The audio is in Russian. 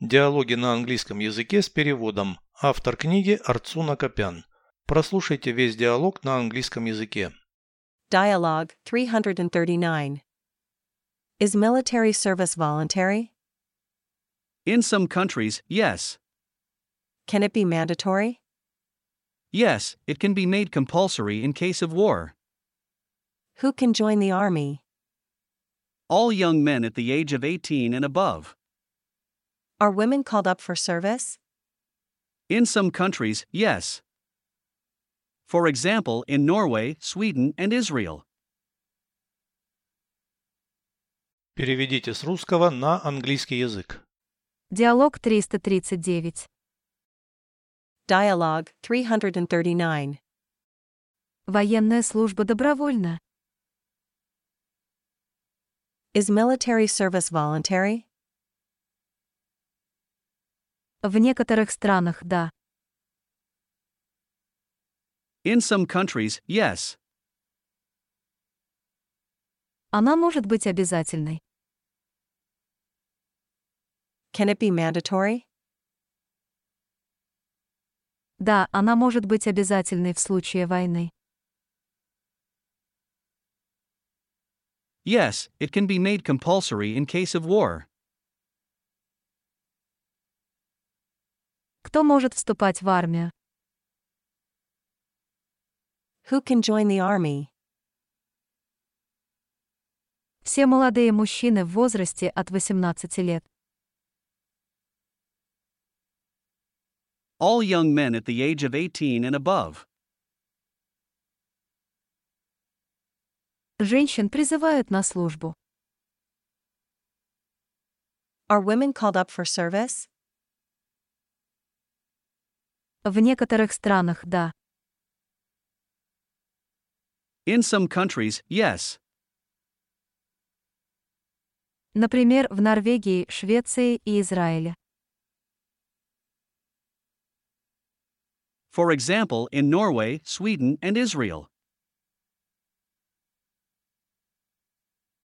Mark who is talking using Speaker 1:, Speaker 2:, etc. Speaker 1: Диалоги на английском языке с переводом. Автор книги Арцуна Копян. Прослушайте весь диалог на английском языке.
Speaker 2: Dialogue 339. Is military service voluntary?
Speaker 3: In some countries, yes.
Speaker 2: Can it be mandatory?
Speaker 3: Yes, it can be made compulsory in case of war.
Speaker 2: Who can join the army?
Speaker 3: All young men at the age of 18 and above.
Speaker 2: Are women called up for service?
Speaker 3: In some countries, yes. For example, in Norway, Sweden, and Israel.
Speaker 1: Переведите с русского на английский язык.
Speaker 4: Диалог 339.
Speaker 2: Dialogue 339.
Speaker 4: Военная служба добровольна.
Speaker 2: Is military service voluntary?
Speaker 4: В некоторых странах – да.
Speaker 3: In some countries, yes.
Speaker 4: Она может быть обязательной.
Speaker 2: Can it be mandatory?
Speaker 4: Да, она может быть обязательной в случае войны.
Speaker 3: Yes, it can be made compulsory in case of war.
Speaker 4: Кто может вступать в армию?
Speaker 2: Who can join the army?
Speaker 4: Все молодые мужчины в возрасте от 18 лет.
Speaker 3: All young men at the age of 18 and above.
Speaker 4: Женщин призывают на службу.
Speaker 2: Are women called up for service?
Speaker 4: В некоторых странах – да.
Speaker 3: In some countries, yes.
Speaker 4: Например, в Норвегии, Швеции и Израиле.
Speaker 3: For example, in Norway, Sweden, and Israel.